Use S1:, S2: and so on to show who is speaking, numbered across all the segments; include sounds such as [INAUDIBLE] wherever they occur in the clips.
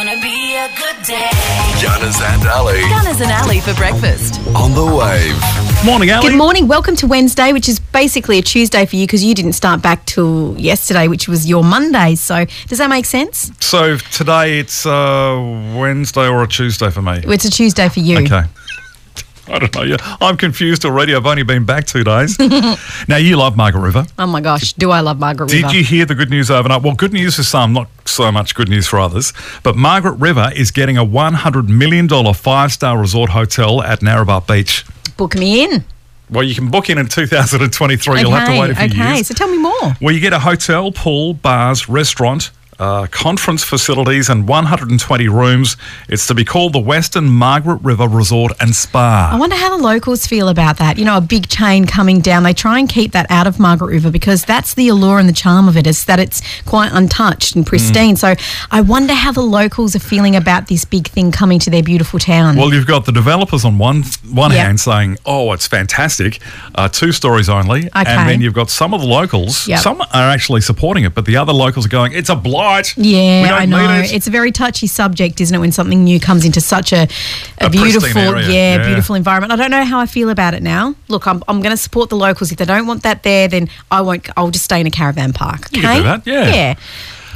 S1: a good day.
S2: Gunners and Ali
S3: Gunners and Alley for breakfast.
S2: on the wave.
S4: Morning, Ali.
S5: Good morning. Welcome to Wednesday, which is basically a Tuesday for you because you didn't start back till yesterday, which was your Monday. So, does that make sense?
S4: So today it's uh, Wednesday or a Tuesday for me.
S5: It's a Tuesday for you.
S4: Okay. [LAUGHS] I don't know. Yeah, I'm confused already. I've only been back two
S5: [LAUGHS]
S4: days. now you love Margaret River.
S5: Oh my gosh, do I love Margaret
S4: Did
S5: River?
S4: you hear the good news overnight? Well, good news for some, not so much good news for others. But Margaret River is getting a 100 million dollar five star resort hotel at Narrabart Beach.
S5: Book me in.
S4: Well, you can book in in 2023. You'll have to wait a few
S5: okay.
S4: years.
S5: So tell me more.
S4: Well, you get a hotel, pool, bars, restaurant, uh, conference facilities, and 120 rooms. It's to be called the Western Margaret River Resort and Spa.
S5: I wonder how the locals feel about that. You know, a big chain coming down. They try and keep that out of Margaret River because that's the allure and the charm of it is that it's quite untouched
S4: Mm.
S5: and pristine. So I wonder how the locals are feeling about this big thing coming to their beautiful town.
S4: Well, you've got the developers on one one
S5: Yep.
S4: hand saying, "Oh, it's fantastic," uh, two stories only, and
S5: Okay.
S4: then you've got some of the locals.
S5: Yep.
S4: Some are actually supporting it, but the other locals are going, "It's a blight. we
S5: Yeah,
S4: don't
S5: I know.
S4: Need it.
S5: It's a very touchy subject, isn't it, when something new comes into such a, a,
S4: A pristine
S5: beautiful,
S4: area,
S5: yeah,
S4: yeah.
S5: beautiful environment. I don't know how I feel about it now. Look, I'm, I'm going to support the locals. If they don't want that there, then I won't. I'll just stay in a caravan park. Okay?
S4: You can do that, yeah.
S5: Yeah.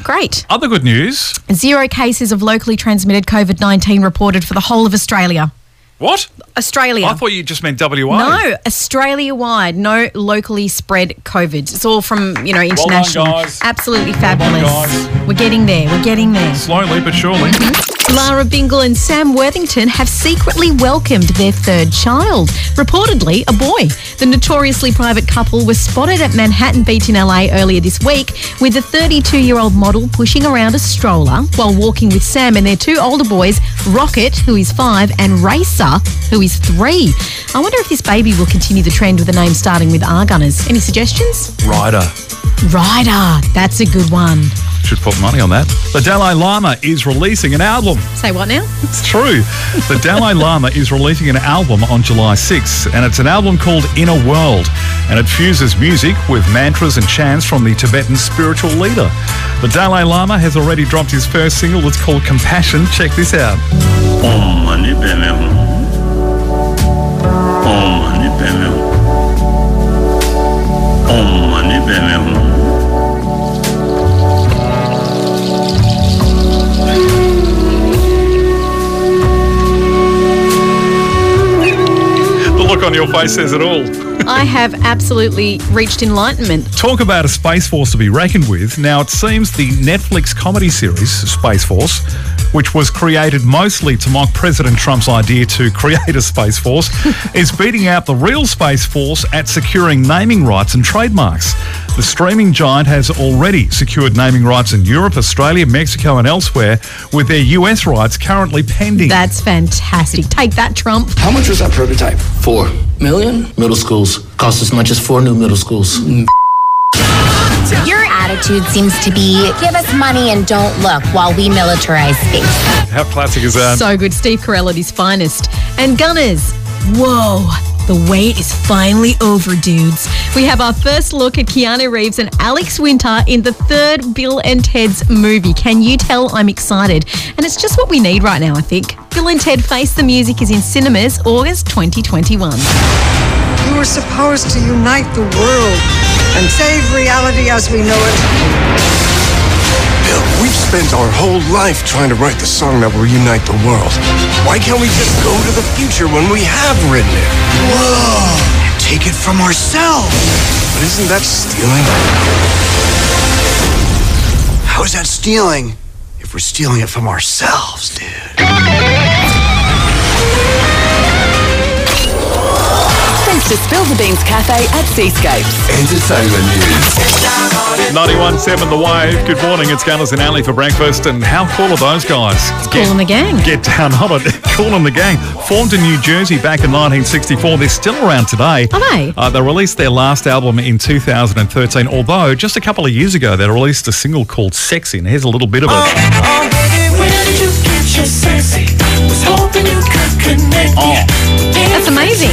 S5: Great.
S4: Other good news.
S5: Zero cases of locally transmitted COVID 19 reported for the whole of Australia.
S4: What?
S5: Australia.
S4: I thought you just meant WA.
S5: no, Australia wide, no locally spread COVID. It's all from, you know,
S4: done,
S5: international.
S4: guys.
S5: Absolutely
S4: done,
S5: fabulous.
S4: guys.
S5: We're getting there. We're getting there.
S4: Slowly but surely.
S5: Mm-hmm. Lara Bingle and Sam Worthington have secretly welcomed their third child, reportedly a boy. The notoriously private couple was spotted at Manhattan Beach in LA earlier this week with the 32 year old model pushing around a stroller while walking with Sam and their two older boys, Rocket, who is five, and Racer, who is three. I wonder if this baby will continue the trend with a name starting with R Gunners. Any suggestions?
S4: Rider.
S5: Ryder, that's a good one.
S4: Should put money on that. The Dalai Lama is releasing an album.
S5: Say what now?
S4: It's true. The Dalai Lama is releasing an album on July 6th, and it's an album called Inner World, and it fuses music with mantras and chants from the Tibetan spiritual leader. The Dalai Lama has already dropped his first single. It's called Compassion. Check this out.
S6: Om mani padme hum. Om mani padme hum. Om mani padme hum.
S4: The look on your face says it all.
S5: I have absolutely reached enlightenment.
S4: Talk about a space force to be reckoned with. Now, it seems the Netflix comedy series, Space Force, which was created mostly to mock President Trump's idea to [LAUGHS] create a space force, is beating out the real space force at securing naming rights and trademarks. The streaming giant has already secured naming rights in Europe, Australia, Mexico, and elsewhere, with their US rights currently pending.
S5: That's fantastic. Take that, Trump.
S7: How much was that prototype?
S8: Four million middle schools cost as much as four new middle schools.
S9: Your attitude seems to be give us money and don't look while we militarize space.
S4: How classic is that?
S5: So good. Steve Carell at his finest. And Gunners, whoa. The wait is finally over, dudes. We have our first look at Keanu Reeves and Alex Winter in the third Bill and Ted's movie. Can you tell I'm excited? And it's just what we need right now, I think. Bill and Ted Face the Music is in cinemas August 2021.
S10: We were supposed to unite the world and save reality as we know it.
S2: Bill, we've spent our whole life trying to write the song that will unite the world. Why can't we just go to the future when we have written it? Whoa! And take it from ourselves! But isn't that stealing? How is that stealing if we're stealing it from ourselves, dude?
S3: Thanks to Spill the Beans Cafe at Seascapes.
S2: Entertainment news.
S4: 91.7 The Wave. Good morning. It's Gunners and Alley for breakfast. And how cool are those guys?
S5: Cool in the gang.
S4: Get down [LAUGHS] on it. Cool and the Gang. Formed in New Jersey back in 1964. They're still around today.
S5: Are they?
S4: Uh, they released their last album in 2013, although just a couple of years ago they released a single called Sexy, and here's a little bit of it.
S5: Oh.
S1: Where did you get your sense? Was hoping you could connect.
S5: A That's amazing.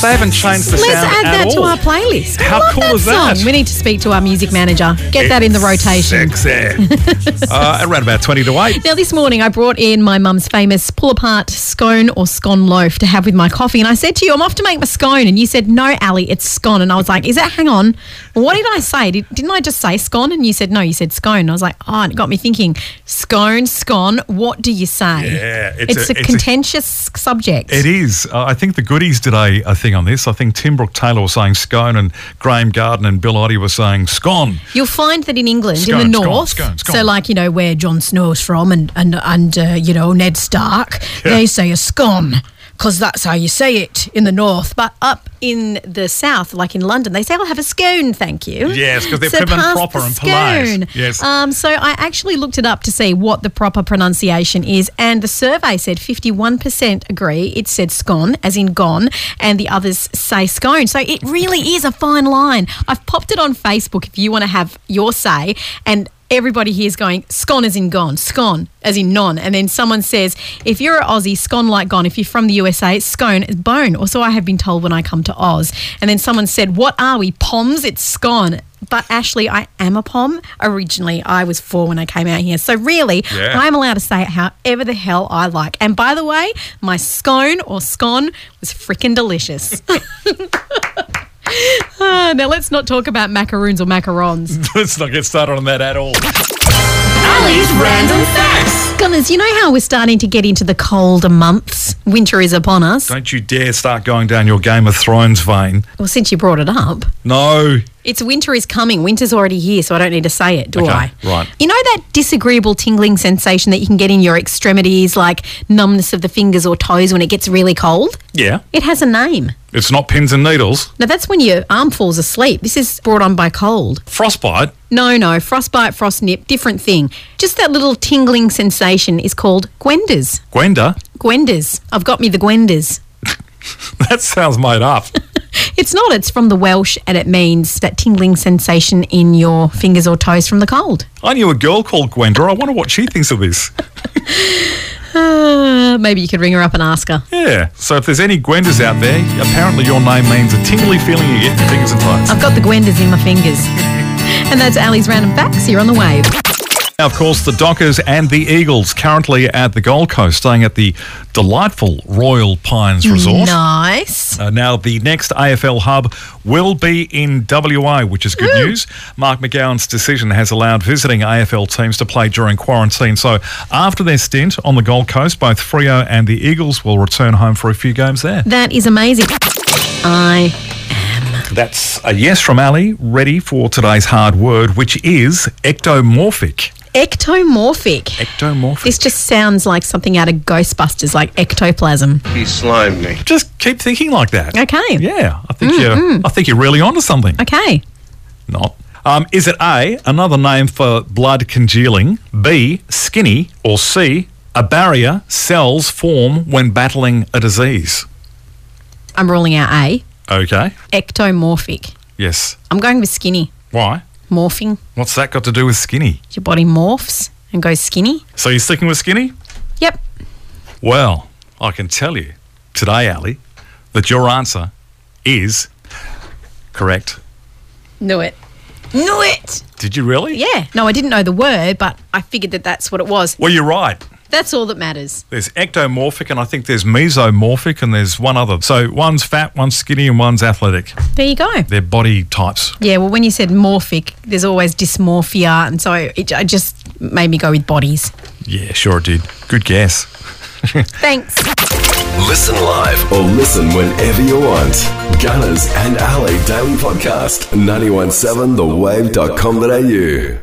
S4: They haven't changed the
S5: Let's
S4: sound
S5: add
S4: at
S5: that to
S4: all.
S5: our playlist. I
S4: How
S5: love
S4: cool
S5: that
S4: is that?
S5: song. We need to speak to our music manager. Get that in the rotation.
S4: Sexy.
S5: [LAUGHS]
S4: uh, around about 20 to 8.
S5: Now, this morning I brought in my mum's famous pull apart scone or scone loaf to have with my coffee. And I said to you, I'm off to make my scone. And you said, No, Ali, it's scone. And I was like, Is that, hang on, what did I say? Did, didn't I just say scone? And you said, No, you said scone. And I was like, Oh, and it got me thinking, scone, scone, what do you say?
S4: Yeah,
S5: It's, a, contentious subject.
S4: It is. Uh, I think the goodies did a, a thing on this. I think Tim Brooke Taylor was saying scone, and Graham Garden and Bill Oddie were saying scone. [LAUGHS]
S5: You'll find that in England, in
S4: Scone,
S5: the
S4: scone,
S5: north,
S4: scone, scone.
S5: so like you know where Jon Snow's from, and and and uh, you know Ned Stark, they say a scone because that's how you say it in the north. But up in the south, like in London, they say I'll have a scone, thank you.
S4: Yes, 'cause they're
S5: so
S4: prim and
S5: pass
S4: proper
S5: the
S4: and polite.
S5: scone.
S4: Yes.
S5: Um, so I actually looked it up to see what the proper pronunciation is, and the survey said 51% agree it said scone, as in gone, and the others say scone. So it really is a fine line. I've popped it on Facebook if you want to have your say, and everybody here is going scone as in gone, scone as in non, and then someone says if you're an Aussie, scone like gone. If you're from the USA, scone is bone. Or so I have been told when I come to Oz. And then someone said, "What are we poms? It's scone." But Ashley, I am a pom. Originally, I was four when I came out here. So, really,
S4: Yeah.
S5: I'm allowed to say it however the hell I like. And by the way, my scone or scone was freaking delicious. [LAUGHS] Ah, now, let's not talk about macaroons or
S4: [LAUGHS]
S5: macarons.
S4: Let's not get started on that at all.
S3: Ali's random facts.
S5: Gunners, you know how we're starting to get into the colder months? Winter is upon us.
S4: Don't you dare start going down your Game of Thrones vein.
S5: Well, since you brought it up,
S4: No.
S5: It's winter is coming. Winter's already here, so I don't need to say it, do
S4: Okay,
S5: I?
S4: right.
S5: You know that disagreeable tingling sensation that you can get in your extremities, like numbness of the fingers or toes when it gets really cold?
S4: Yeah.
S5: It has a name.
S4: It's not pins and needles.
S5: Now, that's when your arm falls asleep. This is brought on by cold.
S4: Frostbite.
S5: No, no, frostbite, frost nip, different thing. Just that little tingling sensation is called Gwenders.
S4: Gwenda. [LAUGHS]
S5: Gwenders. I've got me the Gwenders.
S4: That sounds made up.
S5: It's not, it's from the Welsh and it means that tingling sensation in your fingers or toes from the cold.
S4: I knew a girl called Gwenda. I wonder what she thinks of this.
S5: Uh, maybe you could ring her up and ask her.
S4: Yeah. So if there's any Gwendas out there, apparently your name means a tingly feeling you get in your fingers and toes.
S5: I've got the Gwenders in my fingers. and that's Ali's random facts here on the wave.
S4: Now, of course, the Dockers and the Eagles currently at the Gold Coast, staying at the delightful Royal Pines Resort.
S5: Nice.
S4: Uh, now, the next AFL hub will be in WA, which is good news. Mark McGowan's decision has allowed visiting AFL teams to play during quarantine. So, after their stint on the Gold Coast, both Frio and the Eagles will return home for a few games there.
S5: That is amazing. I
S4: That's a yes from Ali, ready for today's hard word, which is ectomorphic.
S5: ectomorphic.
S4: Ectomorphic.
S5: This just sounds like something out of Ghostbusters, like ectoplasm.
S4: Just keep thinking like that.
S5: Okay.
S4: Yeah, I think you're. I think you're really onto something.
S5: Mm-hmm. Okay.
S4: Not. Um, is it A, another name for blood congealing? B, skinny? Or C, a barrier cells form when battling a disease?
S5: I'm ruling out A.
S4: Okay.
S5: Ectomorphic.
S4: Yes.
S5: I'm going with skinny.
S4: Why?
S5: Morphing.
S4: What's that got to do with skinny?
S5: Your body morphs and goes skinny.
S4: So you're sticking with skinny?
S5: Yep.
S4: Well, I can tell you today, Ali, that your answer is correct.
S5: Knew it. Knew it.
S4: Did you really?
S5: Yeah. No, I didn't know the word, but I figured that that's what it was.
S4: Well, you're right.
S5: That's all that matters.
S4: There's ectomorphic, and I think there's mesomorphic, and there's one other. So one's fat, one's skinny, and one's athletic.
S5: There you go.
S4: They're body types.
S5: Yeah, well, when you said morphic, there's always dysmorphia, and so it, it just made me go with bodies.
S4: Yeah, sure it did. Good guess.
S5: Thanks.
S1: Listen live or listen whenever you want. Gunners and Ali Daily Podcast, 917thewave.com.au.